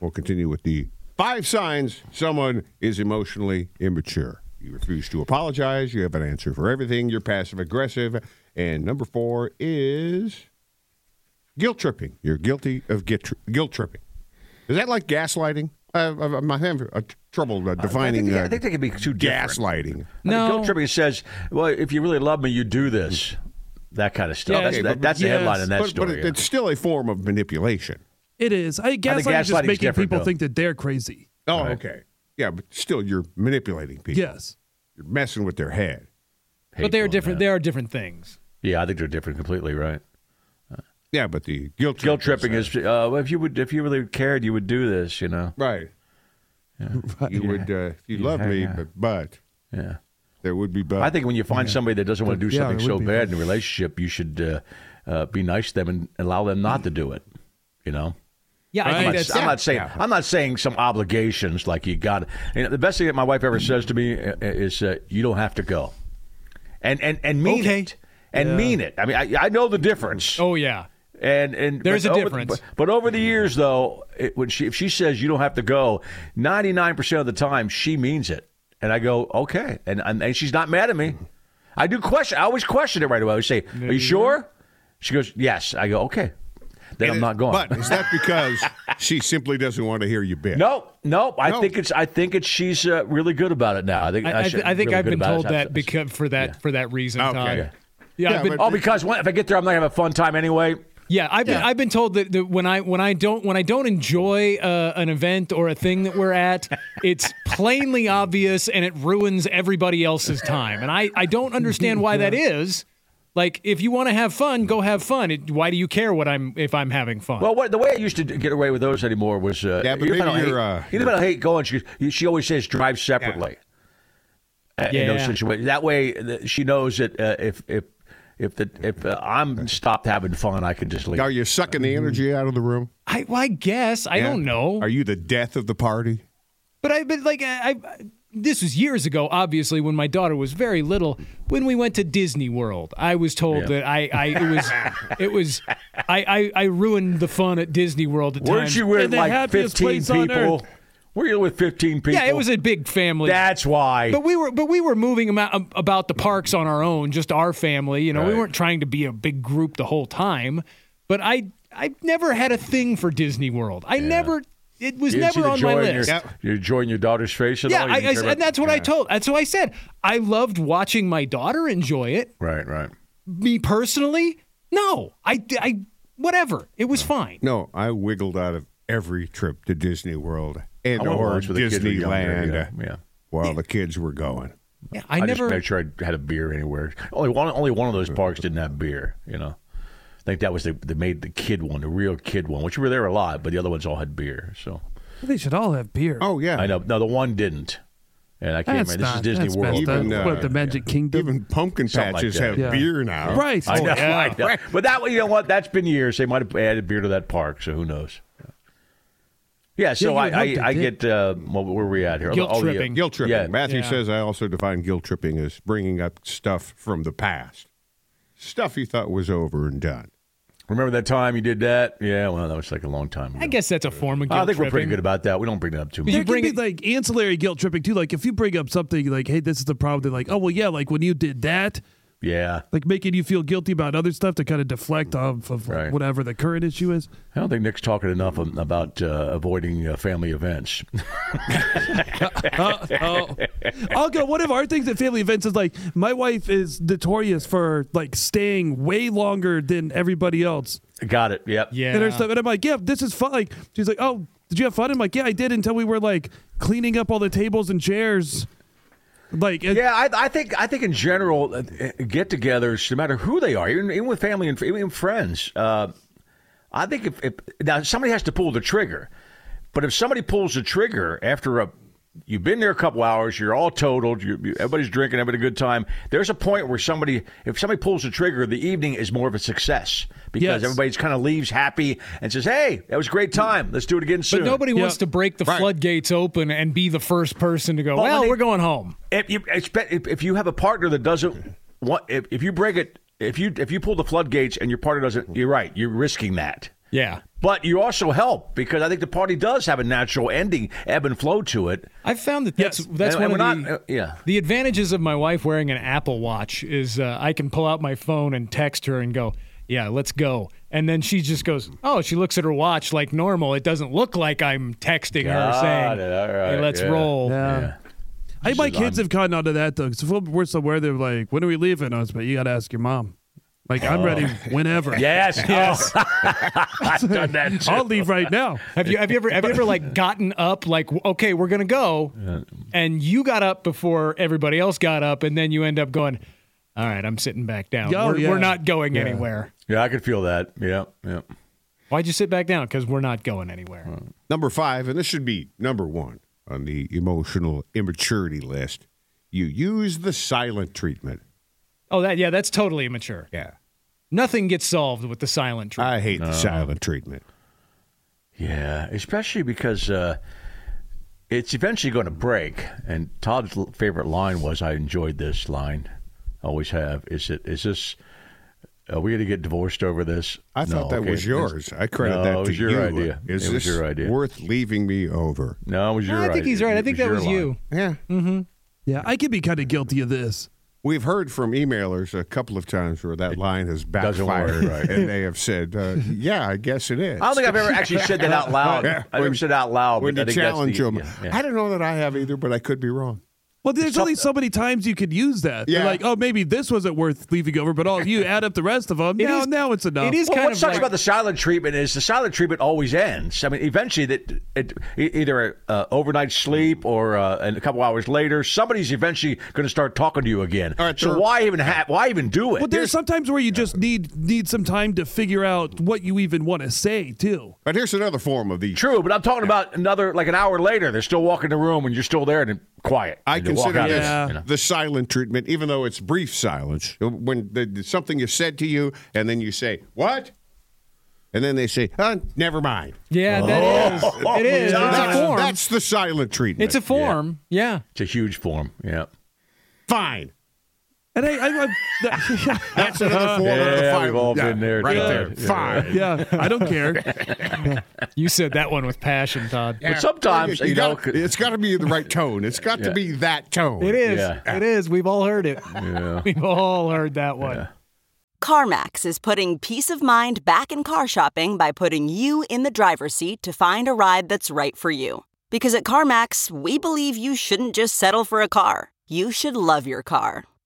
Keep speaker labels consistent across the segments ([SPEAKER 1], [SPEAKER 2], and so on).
[SPEAKER 1] We'll continue with the five signs someone is emotionally immature. You refuse to apologize. You have an answer for everything. You're passive aggressive. And number four is guilt tripping. You're guilty of guilt, tri- guilt tripping. Is that like gaslighting? Uh, I- I'm having uh, tr- trouble uh, defining.
[SPEAKER 2] they-
[SPEAKER 1] uh,
[SPEAKER 2] I think they can be too different.
[SPEAKER 1] gaslighting.
[SPEAKER 2] No.
[SPEAKER 3] No.
[SPEAKER 2] Guilt tripping says, well, if you really love me, you do this. That kind of stuff.
[SPEAKER 3] Yeah,
[SPEAKER 2] that's
[SPEAKER 3] okay,
[SPEAKER 2] that,
[SPEAKER 3] but-
[SPEAKER 2] that's the
[SPEAKER 3] yes.
[SPEAKER 2] headline in that
[SPEAKER 1] but
[SPEAKER 2] story.
[SPEAKER 1] but it- it's still a form of manipulation.
[SPEAKER 3] It is. I
[SPEAKER 2] I
[SPEAKER 3] gaslighting
[SPEAKER 2] think
[SPEAKER 3] is
[SPEAKER 2] gaslighting's
[SPEAKER 3] just making
[SPEAKER 2] different,
[SPEAKER 3] people
[SPEAKER 2] though.
[SPEAKER 3] think that they're crazy.
[SPEAKER 1] Oh, okay. Yeah, but still, you're manipulating people.
[SPEAKER 3] Yes.
[SPEAKER 1] You're messing with their head.
[SPEAKER 2] Hateful
[SPEAKER 4] but they are
[SPEAKER 2] and
[SPEAKER 4] different.
[SPEAKER 2] that.
[SPEAKER 4] They are different things.
[SPEAKER 2] Yeah, I think they're different completely, right?
[SPEAKER 1] Yeah, but the guilt
[SPEAKER 2] Guilt tripping is, uh, well, if you would, if you really cared, you would do this, you know?
[SPEAKER 1] right. You would uh, if you
[SPEAKER 2] Yeah,
[SPEAKER 1] loved me,
[SPEAKER 2] yeah.
[SPEAKER 1] but but
[SPEAKER 2] Yeah.
[SPEAKER 1] there would be but.
[SPEAKER 2] I think when you find somebody that doesn't want to do
[SPEAKER 4] Yeah,
[SPEAKER 2] something
[SPEAKER 4] it
[SPEAKER 2] so
[SPEAKER 4] would be.
[SPEAKER 2] bad in a relationship, you should uh, uh, be nice to them and allow them not to do it, you know?
[SPEAKER 4] Yeah, I
[SPEAKER 2] I'm
[SPEAKER 4] think
[SPEAKER 2] not,
[SPEAKER 4] that's.
[SPEAKER 2] I'm not saying I'm not saying some obligations like you got. You know, the best thing that my wife ever says to me uh, is uh, you don't have to go, and and and mean
[SPEAKER 4] Okay.
[SPEAKER 2] it and mean it. I mean I, I know the difference.
[SPEAKER 4] Oh yeah.
[SPEAKER 2] And and
[SPEAKER 4] There's
[SPEAKER 2] but
[SPEAKER 4] a
[SPEAKER 2] over the-
[SPEAKER 4] difference.
[SPEAKER 2] but, but over the years though, it, when she if she says you don't have to go, 99 percent of the time she means it, and I go okay, and and, and she's not mad at me. I do question. I always question it right away. I always say, "Are you sure?" She goes, "Yes." I go, "Okay." Then I'm not going.
[SPEAKER 1] But is that because she simply doesn't want to hear you bitch?
[SPEAKER 2] No, no. I
[SPEAKER 1] No.
[SPEAKER 2] think it's. I think it's. She's uh, really good about it now. I think.
[SPEAKER 4] I, I,
[SPEAKER 2] should-
[SPEAKER 4] I think
[SPEAKER 2] really
[SPEAKER 4] I've
[SPEAKER 2] good
[SPEAKER 4] been
[SPEAKER 2] about it.
[SPEAKER 4] told
[SPEAKER 2] That's-
[SPEAKER 4] that because for that for that reason.
[SPEAKER 1] Okay.
[SPEAKER 4] Todd.
[SPEAKER 1] Yeah.
[SPEAKER 4] Yeah.
[SPEAKER 1] Yeah,
[SPEAKER 4] I've been,
[SPEAKER 1] but-
[SPEAKER 2] Oh, because when, if I get there, I'm not gonna have a fun time anyway.
[SPEAKER 4] yeah, I've been, I've been told that, that when I when I don't when I don't enjoy uh, an event or a thing that we're at, it's plainly obvious and it ruins everybody else's time. And I I don't understand why that is. Like, if you want to have fun, go have fun. It, why do you care what I'm if I'm having fun?
[SPEAKER 2] Well, what, the way I used to get away with those anymore was. Uh,
[SPEAKER 1] Yeah, but
[SPEAKER 2] even if I
[SPEAKER 1] maybe
[SPEAKER 2] don't
[SPEAKER 1] you're,
[SPEAKER 2] hate,
[SPEAKER 1] uh,
[SPEAKER 2] even if I don't hate going, she she always says drive separately. Uh, In those
[SPEAKER 4] Yeah.
[SPEAKER 2] situations, that way the, she knows that uh, if if if the if uh, I'm stopped having fun, I can just leave.
[SPEAKER 1] Are you sucking
[SPEAKER 2] Mm-hmm.
[SPEAKER 1] the energy out of the room?
[SPEAKER 4] I well, I guess I
[SPEAKER 1] Yeah.
[SPEAKER 4] don't know.
[SPEAKER 1] Are you the death of the party?
[SPEAKER 4] But I, but like I, I, this was years ago. Obviously, when my daughter was very little, when we went to Disney World, I was told that I, I, it was, it was, I, I, I ruined the fun at Disney World. At
[SPEAKER 2] Weren't
[SPEAKER 4] times.
[SPEAKER 2] you with
[SPEAKER 4] And the
[SPEAKER 2] like
[SPEAKER 4] happiest
[SPEAKER 2] 15
[SPEAKER 4] place on
[SPEAKER 2] people?
[SPEAKER 4] earth.
[SPEAKER 2] Were you with 15 people?
[SPEAKER 4] Yeah, it was a big family.
[SPEAKER 2] That's why.
[SPEAKER 4] but we were, but we were moving about, about the parks on our own, just our family. You know, we
[SPEAKER 2] Right.
[SPEAKER 4] weren't trying to be a big group the whole time. But I, I never had a thing for Disney World. I never. It was
[SPEAKER 2] you didn't see
[SPEAKER 4] never
[SPEAKER 2] the
[SPEAKER 4] on
[SPEAKER 2] joy
[SPEAKER 4] my
[SPEAKER 2] in
[SPEAKER 4] list.
[SPEAKER 2] Your, You're enjoying your daughter's face at
[SPEAKER 4] Yeah,
[SPEAKER 2] all. You
[SPEAKER 4] I,
[SPEAKER 2] didn't
[SPEAKER 4] I-
[SPEAKER 2] care about-
[SPEAKER 4] and that's what I told. That's what I said. I loved watching my daughter enjoy it.
[SPEAKER 2] Right, right.
[SPEAKER 4] Me personally, no. I, I whatever. It was fine.
[SPEAKER 1] No, I wiggled out of every trip to Disney World and
[SPEAKER 2] went
[SPEAKER 1] or
[SPEAKER 2] once with the kids were younger,
[SPEAKER 1] Disneyland
[SPEAKER 2] yeah, yeah.
[SPEAKER 1] while the kids were going.
[SPEAKER 4] Yeah, I,
[SPEAKER 2] I,
[SPEAKER 4] never.
[SPEAKER 2] just made sure I had a beer anywhere. Only one, only one of those parks didn't have beer. You know, I think that was the they made the kid one, the real kid one, which were there a lot, but the other ones all had beer. So
[SPEAKER 4] They should all have beer.
[SPEAKER 1] Oh yeah,
[SPEAKER 2] I know, no, the one didn't, and I can't
[SPEAKER 5] That's
[SPEAKER 2] remember. This is Disney
[SPEAKER 5] not- that's
[SPEAKER 2] World. uh,
[SPEAKER 5] messed
[SPEAKER 1] by
[SPEAKER 5] up.
[SPEAKER 1] the way.
[SPEAKER 5] what, the Magic Kingdom?
[SPEAKER 1] Even pumpkin
[SPEAKER 2] Something like
[SPEAKER 1] patches
[SPEAKER 2] that.
[SPEAKER 1] have
[SPEAKER 5] Yeah.
[SPEAKER 1] beer now.
[SPEAKER 5] right.
[SPEAKER 2] uh, I know, I know. Oh, But that you know what? That's been years. They might have added beer to that park, so who knows? Yeah, so
[SPEAKER 5] you would
[SPEAKER 2] I,
[SPEAKER 5] hope
[SPEAKER 2] I,
[SPEAKER 5] they
[SPEAKER 2] I
[SPEAKER 5] did.
[SPEAKER 2] get uh, what were we at here?
[SPEAKER 4] Guilt
[SPEAKER 2] Oh, yeah.
[SPEAKER 4] tripping.
[SPEAKER 1] Guilt tripping.
[SPEAKER 2] Yeah.
[SPEAKER 1] Matthew
[SPEAKER 4] Yeah.
[SPEAKER 1] says I also define guilt tripping as bringing up stuff from the past, stuff you thought was over and done.
[SPEAKER 2] Remember that time you did that? Yeah, well, that was like a long time ago.
[SPEAKER 4] I guess that's a form of. Guilt
[SPEAKER 2] I think we're pretty
[SPEAKER 4] tripping.
[SPEAKER 2] good about that. We don't bring that up too much.
[SPEAKER 5] There
[SPEAKER 4] You bring
[SPEAKER 5] can
[SPEAKER 4] it-
[SPEAKER 5] be like ancillary guilt tripping too. Like if you bring up something like, "Hey, this is the problem," they're like, "Oh well, yeah, like when you did that,"
[SPEAKER 2] Yeah.
[SPEAKER 5] like making you feel guilty about other stuff to kind of deflect off of like,
[SPEAKER 2] Right.
[SPEAKER 5] whatever the current issue is.
[SPEAKER 2] I don't think Nick's talking enough um, about uh, avoiding uh, family events.
[SPEAKER 5] Uh, oh, I'll go. One of our things at family events is like my wife is notorious for like staying way longer than everybody else
[SPEAKER 2] Got it. Yep.
[SPEAKER 4] Yeah.
[SPEAKER 5] and her stuff. And I'm like, yeah, this is fun. Like she's like, oh, did you have fun? I'm like, yeah, I did until we were like cleaning up all the tables and chairs. Like, it-
[SPEAKER 2] Yeah, I, I think I think in general, uh, uh, get-togethers, no matter who they are, even, even with family and even friends, uh, I think if, if now somebody has to pull the trigger. But if somebody pulls the trigger after a you've been there a couple hours, you're all totaled, you, you, everybody's drinking, having a good time. There's a point where somebody, if somebody pulls the trigger, the evening is more of a success because
[SPEAKER 5] Yes.
[SPEAKER 2] everybody's kind of leaves happy and says, "Hey, that was a great time. Let's do it again soon."
[SPEAKER 4] But nobody wants to break the floodgates open and be the first person to go,
[SPEAKER 2] when
[SPEAKER 4] well,
[SPEAKER 2] they-
[SPEAKER 4] we're going home.
[SPEAKER 2] if you expect if, if you have a partner that doesn't want if, if you break it if you if you pull the floodgates and your partner doesn't you're right you're risking that
[SPEAKER 4] Yeah.
[SPEAKER 2] but you also help because i think the party does have a natural ending ebb and flow to it
[SPEAKER 4] I've found that that's
[SPEAKER 5] Yes.
[SPEAKER 4] that's
[SPEAKER 2] And-
[SPEAKER 4] one
[SPEAKER 2] and
[SPEAKER 4] of
[SPEAKER 2] we're
[SPEAKER 4] the
[SPEAKER 2] not- uh, yeah.
[SPEAKER 4] the advantages of my wife wearing an Apple Watch is uh, I can pull out my phone and text her and go, "Yeah, let's go," and then she just goes, "Oh," she looks at her watch like normal. It doesn't look like I'm texting her
[SPEAKER 2] Got
[SPEAKER 4] saying,
[SPEAKER 2] it. All right.
[SPEAKER 4] "Hey, let's
[SPEAKER 2] Yeah.
[SPEAKER 4] roll."
[SPEAKER 5] I think my kids have gotten onto that though. Because if we're somewhere, they're like, "When are we leaving?" Us, but you got to ask your mom. Like, I'm ready whenever.
[SPEAKER 2] yes yes i've done that too.
[SPEAKER 5] I'll leave right now.
[SPEAKER 4] Have you have you ever have you ever like gotten up like w- okay we're gonna go, and you got up before everybody else got up, and then you end up going, "All right, I'm sitting back down.
[SPEAKER 5] Oh,
[SPEAKER 4] we're, we're
[SPEAKER 5] yeah.
[SPEAKER 4] not going anywhere."
[SPEAKER 2] yeah i could feel that yeah yeah
[SPEAKER 4] Why'd you sit back down? Because we're not going anywhere.
[SPEAKER 1] Number five, and this should be number one on the emotional immaturity list. You use the silent treatment.
[SPEAKER 4] Oh, that yeah, that's totally immature.
[SPEAKER 1] Yeah.
[SPEAKER 4] Nothing gets solved with the silent treatment.
[SPEAKER 1] I hate the silent treatment.
[SPEAKER 2] yeah especially because uh it's eventually going to break and todd's l- favorite line was i enjoyed this line always have is it is this are we going to get divorced over this
[SPEAKER 1] I thought
[SPEAKER 2] No,
[SPEAKER 1] that
[SPEAKER 2] okay.
[SPEAKER 1] was yours. I credit
[SPEAKER 2] No,
[SPEAKER 1] that
[SPEAKER 2] it
[SPEAKER 1] to
[SPEAKER 2] was your
[SPEAKER 1] you.
[SPEAKER 2] idea.
[SPEAKER 1] Is
[SPEAKER 2] It was
[SPEAKER 1] this
[SPEAKER 2] your idea.
[SPEAKER 1] worth leaving me over?
[SPEAKER 2] no it was your
[SPEAKER 4] I think
[SPEAKER 2] idea.
[SPEAKER 4] he's right. I
[SPEAKER 2] It
[SPEAKER 4] think that
[SPEAKER 2] your
[SPEAKER 4] was
[SPEAKER 2] line.
[SPEAKER 4] you.
[SPEAKER 1] Yeah.
[SPEAKER 5] Yeah, I could be kind of guilty of this.
[SPEAKER 1] We've heard from emailers a couple of times where that line has
[SPEAKER 2] doesn't work,
[SPEAKER 1] backfired,
[SPEAKER 2] right.
[SPEAKER 1] and they have said, uh, "Yeah, I guess it is."
[SPEAKER 2] I don't think I've ever actually said that out loud.
[SPEAKER 1] Yeah,
[SPEAKER 2] I never
[SPEAKER 1] when-
[SPEAKER 2] said it out loud.
[SPEAKER 1] when
[SPEAKER 2] but I
[SPEAKER 1] you
[SPEAKER 2] think that's
[SPEAKER 1] challenge
[SPEAKER 2] the,
[SPEAKER 1] them,
[SPEAKER 2] yeah, yeah.
[SPEAKER 1] I don't know that I have either, but I could be wrong.
[SPEAKER 5] Well, there's only so many times you could use that. You're
[SPEAKER 1] Yeah.
[SPEAKER 5] like, oh, maybe this wasn't worth leaving over, but all of you add up the rest of them. now,
[SPEAKER 4] is-
[SPEAKER 5] now it's enough.
[SPEAKER 4] it is
[SPEAKER 2] Well,
[SPEAKER 4] kind
[SPEAKER 2] what
[SPEAKER 4] of
[SPEAKER 2] sucks
[SPEAKER 4] like-
[SPEAKER 2] about the silent treatment is the silent treatment always ends. I mean, eventually, that it, e- either uh, overnight sleep or uh, and a couple hours later, somebody's eventually going to start talking to you again.
[SPEAKER 1] All right,
[SPEAKER 2] so
[SPEAKER 1] there-
[SPEAKER 2] why even ha- why even do it?
[SPEAKER 5] But there's sometimes where you just need need some time to figure out what you even want to say too.
[SPEAKER 1] But here's another form of the.
[SPEAKER 2] True, but I'm talking about another like an hour later. They're still walking the room and you're still there and then quiet.
[SPEAKER 1] I
[SPEAKER 2] And they walk
[SPEAKER 1] consider
[SPEAKER 2] out,
[SPEAKER 1] this
[SPEAKER 5] Yeah.
[SPEAKER 2] you know.
[SPEAKER 1] the silent treatment, even though it's brief silence. When the, something is said to you, and then you say, "What?" and then they say, uh, "Never mind."
[SPEAKER 4] Yeah,
[SPEAKER 2] Oh.
[SPEAKER 4] that is. It is.
[SPEAKER 1] That's,
[SPEAKER 4] It's a form.
[SPEAKER 1] that's the silent treatment.
[SPEAKER 4] it's a form. Yeah.
[SPEAKER 2] It's a huge form. Yeah.
[SPEAKER 1] fine.
[SPEAKER 5] And I, I, I that-
[SPEAKER 1] That's another form of the
[SPEAKER 2] Yeah,
[SPEAKER 1] fine.
[SPEAKER 2] we've all
[SPEAKER 1] Yeah,
[SPEAKER 2] been there,
[SPEAKER 1] Right
[SPEAKER 2] Todd.
[SPEAKER 1] there.
[SPEAKER 2] Yeah.
[SPEAKER 1] Fine.
[SPEAKER 5] yeah, I don't care.
[SPEAKER 4] You said that one with passion, Todd.
[SPEAKER 2] But sometimes
[SPEAKER 1] You
[SPEAKER 2] you know,
[SPEAKER 1] gotta- it's got to be the right tone. It's got to be that tone.
[SPEAKER 4] It is.
[SPEAKER 2] Yeah.
[SPEAKER 4] It is. We've all heard it. We've all heard that one.
[SPEAKER 3] CarMax is putting peace of mind back in car shopping by putting you in the driver's seat to find a ride that's right for you. Because at CarMax, we believe you shouldn't just settle for a car, you should love your car.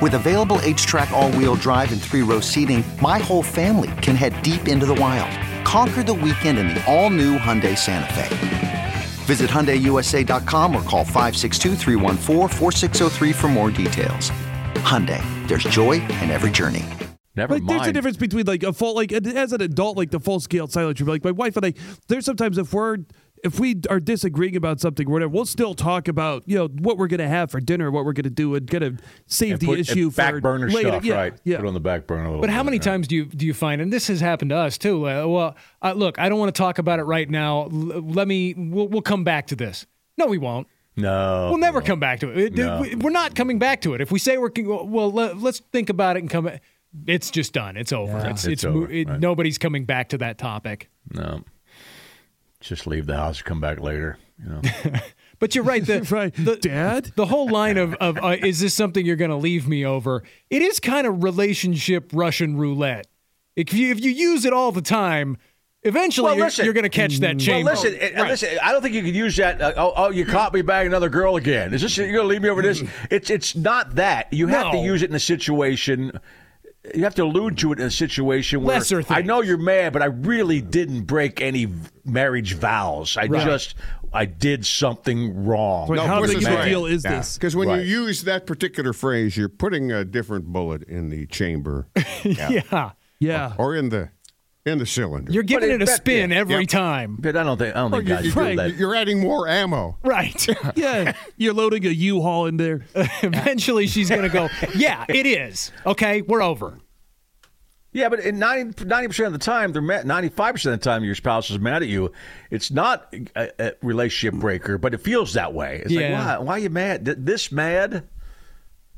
[SPEAKER 6] With available H track, all wheel drive, and three row seating, my whole family can head deep into the wild. Conquer the weekend in the all new Hyundai Santa Fe. Visit HyundaiUSA.com or call 562-314-4603 for more details. Hyundai, there's joy in every journey.
[SPEAKER 2] Never
[SPEAKER 5] Like,
[SPEAKER 2] mind.
[SPEAKER 5] there's a difference between like a full like as an adult, like the full scale silent treatment. Like my wife and I, there's sometimes if we're if we are disagreeing about something or whatever, we'll still talk about you know what we're gonna have for dinner, what we're gonna do, and kind of save
[SPEAKER 2] And
[SPEAKER 5] the
[SPEAKER 2] put-
[SPEAKER 5] issue
[SPEAKER 2] and back
[SPEAKER 5] for
[SPEAKER 2] burner
[SPEAKER 5] later.
[SPEAKER 2] stuff,
[SPEAKER 5] yeah,
[SPEAKER 2] right?
[SPEAKER 5] Yeah.
[SPEAKER 2] Put it on the back burner a little
[SPEAKER 4] But how
[SPEAKER 2] bit,
[SPEAKER 4] many
[SPEAKER 2] right?
[SPEAKER 4] times do you do you find, and this has happened to us too? Uh, well, uh, look, I don't want to talk about it right now. L- let me. We'll, we'll come back to this. No, we won't.
[SPEAKER 2] No.
[SPEAKER 4] We'll never come back to it. it. we- We're not coming back to it. If we say we're well, let, let's think about it and come. back. It's just done. It's over. It's,
[SPEAKER 2] It's
[SPEAKER 4] it's, mo-
[SPEAKER 2] over,
[SPEAKER 4] it-
[SPEAKER 2] right.
[SPEAKER 4] nobody's coming back to that topic.
[SPEAKER 2] No. Just leave the house, come back later. You know.
[SPEAKER 4] But you're right. The,
[SPEAKER 5] Right,
[SPEAKER 4] the-
[SPEAKER 5] Dad?
[SPEAKER 4] The whole line of, of uh, is this something you're going to leave me over? It is kind of relationship Russian roulette. If you if you use it all the time, Eventually,
[SPEAKER 2] Well,
[SPEAKER 4] you're,
[SPEAKER 2] listen.
[SPEAKER 4] you're going to catch that chain.
[SPEAKER 2] Well, listen, uh, listen. I don't think you could use that. Uh, oh, oh, you caught me banging another girl again. Is this you're going to leave me over this? It's it's not that. You have to
[SPEAKER 4] No.
[SPEAKER 2] use it in a situation. You have to allude to it in a situation where
[SPEAKER 4] Lesser
[SPEAKER 2] I
[SPEAKER 4] things.
[SPEAKER 2] know you're mad, but I really didn't break any v- marriage vows. I
[SPEAKER 4] Right.
[SPEAKER 2] just I did something wrong.
[SPEAKER 5] Like, how
[SPEAKER 1] this
[SPEAKER 5] big
[SPEAKER 1] is
[SPEAKER 5] of a
[SPEAKER 1] right.
[SPEAKER 5] deal is
[SPEAKER 1] Yeah.
[SPEAKER 5] this?
[SPEAKER 1] Because when
[SPEAKER 2] Right.
[SPEAKER 1] you use that particular phrase, you're putting a different bullet in the chamber
[SPEAKER 4] yeah,
[SPEAKER 5] Yeah.
[SPEAKER 1] or in the in the cylinder.
[SPEAKER 4] you're giving
[SPEAKER 2] it-
[SPEAKER 4] it, a
[SPEAKER 2] that-
[SPEAKER 4] spin
[SPEAKER 2] yeah.
[SPEAKER 4] every time.
[SPEAKER 2] But I don't think I don't
[SPEAKER 4] Oh,
[SPEAKER 2] think
[SPEAKER 1] you,
[SPEAKER 2] guys
[SPEAKER 1] you-
[SPEAKER 2] do
[SPEAKER 5] right.
[SPEAKER 2] that.
[SPEAKER 1] you're adding more ammo.
[SPEAKER 4] Right.
[SPEAKER 5] Yeah. You're loading a U-Haul in there.
[SPEAKER 4] Eventually, she's going to go. Yeah, it is. Okay, we're over.
[SPEAKER 2] Yeah, but in 90 percent of the time, they're mad. Ninety-five percent of the time, your spouse is mad at you. It's not a, a relationship breaker, but it feels that way. It's
[SPEAKER 4] Yeah.
[SPEAKER 2] like, why? Why are you mad? Th- This mad?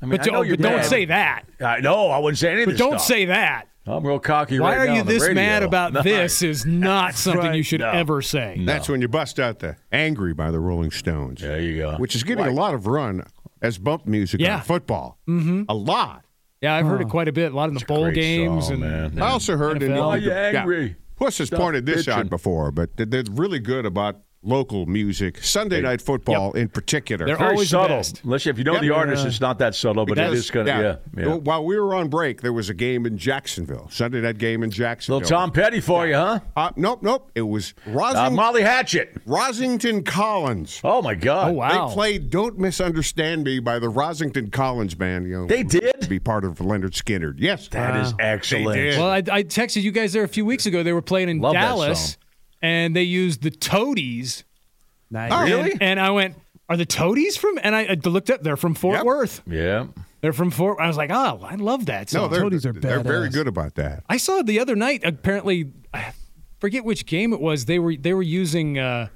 [SPEAKER 2] I mean,
[SPEAKER 4] But,
[SPEAKER 2] I know
[SPEAKER 4] don't-
[SPEAKER 2] you're
[SPEAKER 4] but don't
[SPEAKER 2] mad.
[SPEAKER 4] say that.
[SPEAKER 2] I know. I wouldn't say anything.
[SPEAKER 4] But don't say that.
[SPEAKER 2] I'm real cocky
[SPEAKER 4] Why
[SPEAKER 2] right
[SPEAKER 4] are
[SPEAKER 2] now
[SPEAKER 4] you
[SPEAKER 2] on the
[SPEAKER 4] this
[SPEAKER 2] radio.
[SPEAKER 4] mad about
[SPEAKER 2] No.
[SPEAKER 4] this? Is not something you should
[SPEAKER 2] No.
[SPEAKER 4] ever say.
[SPEAKER 1] That's when you bust out the "Angry" by the Rolling Stones.
[SPEAKER 2] There you go.
[SPEAKER 1] Which is getting a lot of run as bump music
[SPEAKER 4] Yeah.
[SPEAKER 1] on football. Mm-hmm. A lot.
[SPEAKER 4] Yeah, I've heard it quite a bit. A lot in the bowl
[SPEAKER 2] Great
[SPEAKER 4] games
[SPEAKER 2] song,
[SPEAKER 4] and
[SPEAKER 2] man.
[SPEAKER 1] I also heard in the
[SPEAKER 4] NFL.
[SPEAKER 2] Why you
[SPEAKER 1] yeah.
[SPEAKER 2] angry?
[SPEAKER 1] Puss has
[SPEAKER 2] Stop
[SPEAKER 1] pointed this
[SPEAKER 2] bitching.
[SPEAKER 1] out before, but th- they're really good about local music, Sunday night football in particular.
[SPEAKER 4] They're
[SPEAKER 2] Very
[SPEAKER 4] always the
[SPEAKER 2] subtle.
[SPEAKER 4] best.
[SPEAKER 2] Unless you- if you know
[SPEAKER 1] Yep.
[SPEAKER 2] the artist, it's not that subtle, but it
[SPEAKER 1] Because-
[SPEAKER 2] is kind of yeah. yeah.
[SPEAKER 4] Oh,
[SPEAKER 1] Well, While we were on break, there was a game in Jacksonville. Sunday night game in Jacksonville.
[SPEAKER 2] Little Tom Petty for you, huh?
[SPEAKER 1] Uh, nope, nope. It was
[SPEAKER 2] Uh,
[SPEAKER 1] Rosing-
[SPEAKER 2] Molly Hatchet.
[SPEAKER 1] Rosington Collins.
[SPEAKER 2] Oh my God.
[SPEAKER 4] oh wow,
[SPEAKER 1] They played "Don't Misunderstand Me" by the Rosington Collins band. You know,
[SPEAKER 2] They
[SPEAKER 1] to
[SPEAKER 2] did.
[SPEAKER 1] be part of Leonard Skinner. Yes,
[SPEAKER 2] That is excellent.
[SPEAKER 1] did.
[SPEAKER 4] Well, I, I texted you guys there a few weeks ago. They were playing in
[SPEAKER 2] Love that
[SPEAKER 4] Dallas,
[SPEAKER 2] song.
[SPEAKER 4] and they used the Toadies.
[SPEAKER 1] Oh,
[SPEAKER 5] Nice.
[SPEAKER 4] And- And, I went, "Are the Toadies from?" And I, I looked up. They're from Fort
[SPEAKER 1] Yep.
[SPEAKER 4] Worth.
[SPEAKER 2] Yeah.
[SPEAKER 4] They're from Fort. I was like, "Oh, I love that."
[SPEAKER 1] no,
[SPEAKER 4] song."
[SPEAKER 1] they're
[SPEAKER 5] Toadies are
[SPEAKER 1] they're very
[SPEAKER 5] badass.
[SPEAKER 1] good about that.
[SPEAKER 4] I saw the other night. Apparently, I forget which game it was. They were they were using uh,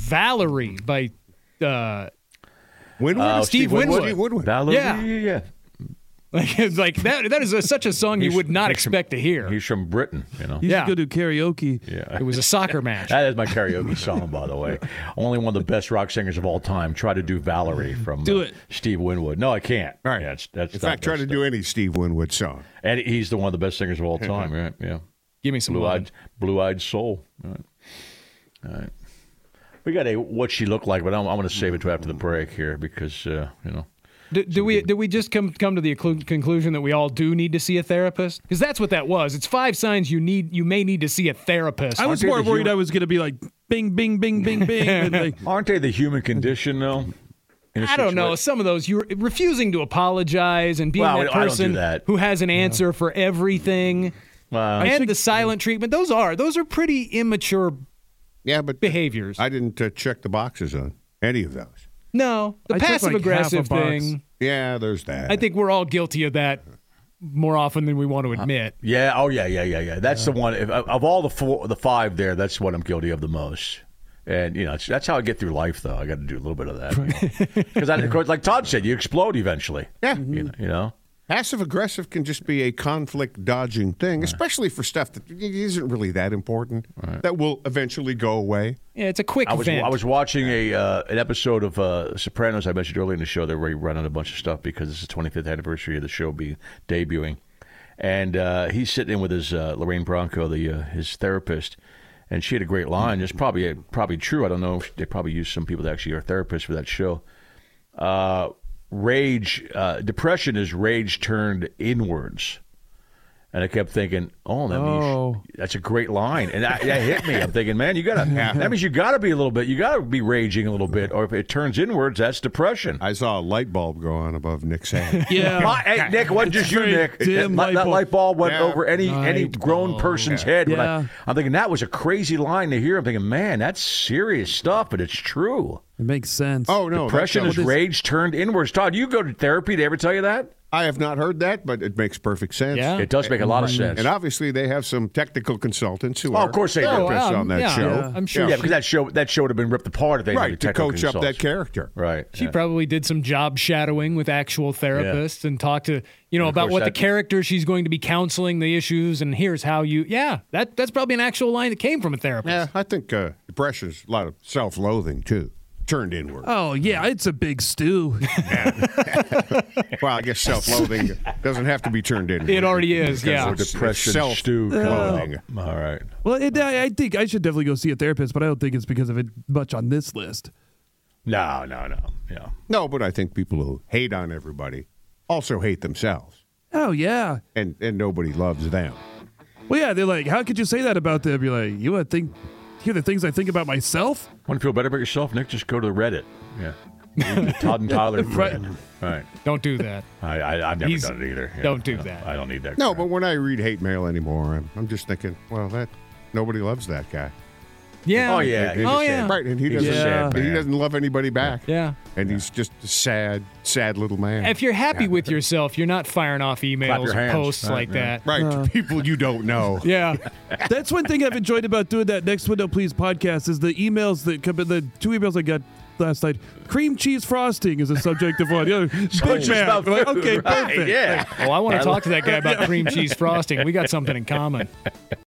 [SPEAKER 4] "Valerie" by uh,
[SPEAKER 1] Winwood,
[SPEAKER 4] Oh, Steve Winwood.
[SPEAKER 1] Uh, Steve Woodward.
[SPEAKER 2] Valerie,
[SPEAKER 4] Yeah.
[SPEAKER 2] yeah.
[SPEAKER 4] like, it's like that. That is a, such a song you
[SPEAKER 2] He's-
[SPEAKER 4] would not
[SPEAKER 2] he's from-
[SPEAKER 4] expect to hear.
[SPEAKER 2] He's from Britain, you know.
[SPEAKER 5] You
[SPEAKER 4] Yeah.
[SPEAKER 5] should go do karaoke.
[SPEAKER 4] It was a soccer match.
[SPEAKER 2] That is my karaoke song, by the way. Only one of the best rock singers of all time. Try to do Valerie from
[SPEAKER 5] Do
[SPEAKER 2] uh,
[SPEAKER 5] it.
[SPEAKER 2] Steve Winwood. No, I can't.
[SPEAKER 1] All right.
[SPEAKER 2] Yeah, it's- that's
[SPEAKER 1] In
[SPEAKER 2] not
[SPEAKER 1] fact, try
[SPEAKER 2] good
[SPEAKER 1] to do any Steve Winwood song.
[SPEAKER 2] stuff. And he's the one of the best singers of all time. Right? Yeah.
[SPEAKER 4] Give me some
[SPEAKER 2] Blue
[SPEAKER 4] love.
[SPEAKER 2] eyed, blue eyed soul. All right. All right. We got a what she looked like, but I'm, I'm going to save it to after the break here because uh, you know.
[SPEAKER 4] Do, do we do we just come come to the occlu- conclusion that we all do need to see a therapist? Because that's what that was. It's five signs you need you may need to see a therapist.
[SPEAKER 5] I was more worried I was going to be like, bing, bing, bing, bing, bing. And like,
[SPEAKER 2] Aren't they the human condition though? In a
[SPEAKER 4] I don't know.
[SPEAKER 2] situa-
[SPEAKER 4] Some of those you're refusing to apologize and being
[SPEAKER 2] Well,
[SPEAKER 4] that
[SPEAKER 2] I don't do
[SPEAKER 4] person
[SPEAKER 2] that.
[SPEAKER 4] who has an answer for everything. and the silent treatment. Those are those are pretty immature
[SPEAKER 1] Yeah, but
[SPEAKER 4] behaviors.
[SPEAKER 1] I didn't uh, check the boxes on any of those.
[SPEAKER 4] no, the
[SPEAKER 5] I took, like, half
[SPEAKER 4] passive
[SPEAKER 5] a
[SPEAKER 4] aggressive
[SPEAKER 5] box.
[SPEAKER 4] thing.
[SPEAKER 1] Yeah, there's that.
[SPEAKER 4] I think we're all guilty of that more often than we want to admit.
[SPEAKER 2] Yeah. Oh, yeah, yeah, yeah, yeah. That's the one. If, uh, of all the four, the five there, that's what I'm guilty of the most. And you know, it's, that's how I get through life, though. I got to do a little bit of that because, of course, like Todd said, you explode eventually.
[SPEAKER 1] Yeah.
[SPEAKER 2] You know. You know?
[SPEAKER 1] Passive aggressive can just be a conflict dodging thing, especially for stuff that isn't really that important that will eventually go away.
[SPEAKER 4] Yeah, it's a quick
[SPEAKER 2] I was
[SPEAKER 4] vent.
[SPEAKER 2] I was watching a uh, an episode of uh, Sopranos. I mentioned earlier in the show they were running a bunch of stuff because it's the 25th anniversary of the show be debuting, and uh, he's sitting in with his uh, Lorraine Bronco, the uh, his therapist, and she had a great line. It's probably probably true. I don't know. They probably use some people that actually are therapists for that show. Uh, rage, uh, depression is rage turned inwards. And I kept thinking, oh, that means
[SPEAKER 5] Oh.
[SPEAKER 2] that's a great line, and that, that hit me. I'm thinking, man, you gotta. That means you gotta be a little bit. You gotta be raging a little bit, or if it turns inwards, that's depression.
[SPEAKER 1] I saw a light bulb go on above Nick's head.
[SPEAKER 5] yeah.
[SPEAKER 2] My- hey, Nick, wasn't just you,
[SPEAKER 5] very
[SPEAKER 2] Nick. That,
[SPEAKER 5] dim light
[SPEAKER 2] that
[SPEAKER 5] bulb.
[SPEAKER 2] light bulb went
[SPEAKER 1] Yeah.
[SPEAKER 2] over any any
[SPEAKER 4] Light
[SPEAKER 2] grown
[SPEAKER 4] bulb.
[SPEAKER 2] person's head. when
[SPEAKER 5] Yeah.
[SPEAKER 2] I, I'm thinking that was a crazy line to hear. I'm thinking, man, that's serious stuff, but it's true.
[SPEAKER 5] It makes sense.
[SPEAKER 1] oh no,
[SPEAKER 2] Depression
[SPEAKER 1] that's-
[SPEAKER 2] is rage turned inwards. Todd, you go to therapy. They ever tell you that?
[SPEAKER 1] I have not heard that, but it makes perfect sense.
[SPEAKER 4] Yeah.
[SPEAKER 2] It does make a lot of sense.
[SPEAKER 1] Uh, And obviously, they have some technical consultants who
[SPEAKER 2] Oh,
[SPEAKER 1] are
[SPEAKER 2] of course they do.
[SPEAKER 1] therapists
[SPEAKER 4] Oh, wow.
[SPEAKER 1] on that
[SPEAKER 4] Yeah.
[SPEAKER 1] show.
[SPEAKER 4] Yeah. I'm sure
[SPEAKER 2] Yeah, because that show that show would have been ripped apart if they
[SPEAKER 1] right to coach up that
[SPEAKER 2] character.
[SPEAKER 1] character.
[SPEAKER 2] Right.
[SPEAKER 4] She probably did some job shadowing with actual therapists and talked to you know
[SPEAKER 2] of
[SPEAKER 4] about
[SPEAKER 2] course
[SPEAKER 4] what the
[SPEAKER 2] that-
[SPEAKER 4] character she's going to be counseling, the issues, and here's how you. Yeah, that that's probably an actual line that came from a therapist.
[SPEAKER 1] Yeah, I think uh, depression is a lot of self-loathing too. turned inward.
[SPEAKER 5] Oh yeah, it's a big stew.
[SPEAKER 1] well, I guess self-loathing doesn't have to be turned inward.
[SPEAKER 4] It already is,
[SPEAKER 1] Because
[SPEAKER 4] yeah.
[SPEAKER 1] it's- it's
[SPEAKER 2] Depression stew coming
[SPEAKER 1] Self-loathing.
[SPEAKER 2] All right.
[SPEAKER 5] well, it, I, I think I should definitely go see a therapist, but I don't think it's because of it much on this list.
[SPEAKER 2] No, no, no. Yeah.
[SPEAKER 1] No, but I think people who hate on everybody also hate themselves,
[SPEAKER 5] Oh yeah,
[SPEAKER 1] and and nobody loves them.
[SPEAKER 5] well yeah, they're like, how could you say that about them? You're like, you would think, hear the things I think about myself.
[SPEAKER 2] Want to feel better about yourself, Nick? Just go to the Reddit. Yeah. Read the Todd and Tyler
[SPEAKER 5] Right.
[SPEAKER 2] thread. Right.
[SPEAKER 4] Don't do that.
[SPEAKER 2] I, I, I've never
[SPEAKER 4] He's-
[SPEAKER 2] done it either. Yeah.
[SPEAKER 4] don't do
[SPEAKER 2] No,
[SPEAKER 4] that.
[SPEAKER 2] I don't need that.
[SPEAKER 1] No,
[SPEAKER 2] crap.
[SPEAKER 1] but when I read hate mail anymore, I'm, I'm just thinking, well, that nobody loves that guy.
[SPEAKER 4] Yeah.
[SPEAKER 2] Oh, yeah.
[SPEAKER 1] He's
[SPEAKER 4] Oh,
[SPEAKER 1] a
[SPEAKER 4] yeah.
[SPEAKER 1] sad- right, and he
[SPEAKER 2] He's a
[SPEAKER 1] doesn't,
[SPEAKER 2] sad
[SPEAKER 1] and he
[SPEAKER 2] man.
[SPEAKER 1] doesn't love anybody back.
[SPEAKER 4] Yeah.
[SPEAKER 1] and he's just a sad, sad little man.
[SPEAKER 4] If you're happy with yourself, you're not firing off emails
[SPEAKER 2] your
[SPEAKER 4] or
[SPEAKER 2] hands.
[SPEAKER 4] posts
[SPEAKER 2] Right,
[SPEAKER 4] like
[SPEAKER 2] yeah.
[SPEAKER 4] that.
[SPEAKER 1] right, to people you don't know.
[SPEAKER 4] Yeah.
[SPEAKER 5] That's one thing I've enjoyed about doing that next window please podcast is the emails that come in. The two emails I got last night. Cream cheese frosting is a subject of one. The other Big
[SPEAKER 2] just
[SPEAKER 5] Mac.
[SPEAKER 2] about
[SPEAKER 5] I'm like,
[SPEAKER 2] food,
[SPEAKER 5] okay,
[SPEAKER 2] right,
[SPEAKER 5] perfect.
[SPEAKER 4] Oh,
[SPEAKER 2] Yeah.
[SPEAKER 4] Well, I want to talk to that guy about cream cheese frosting. We got something in common.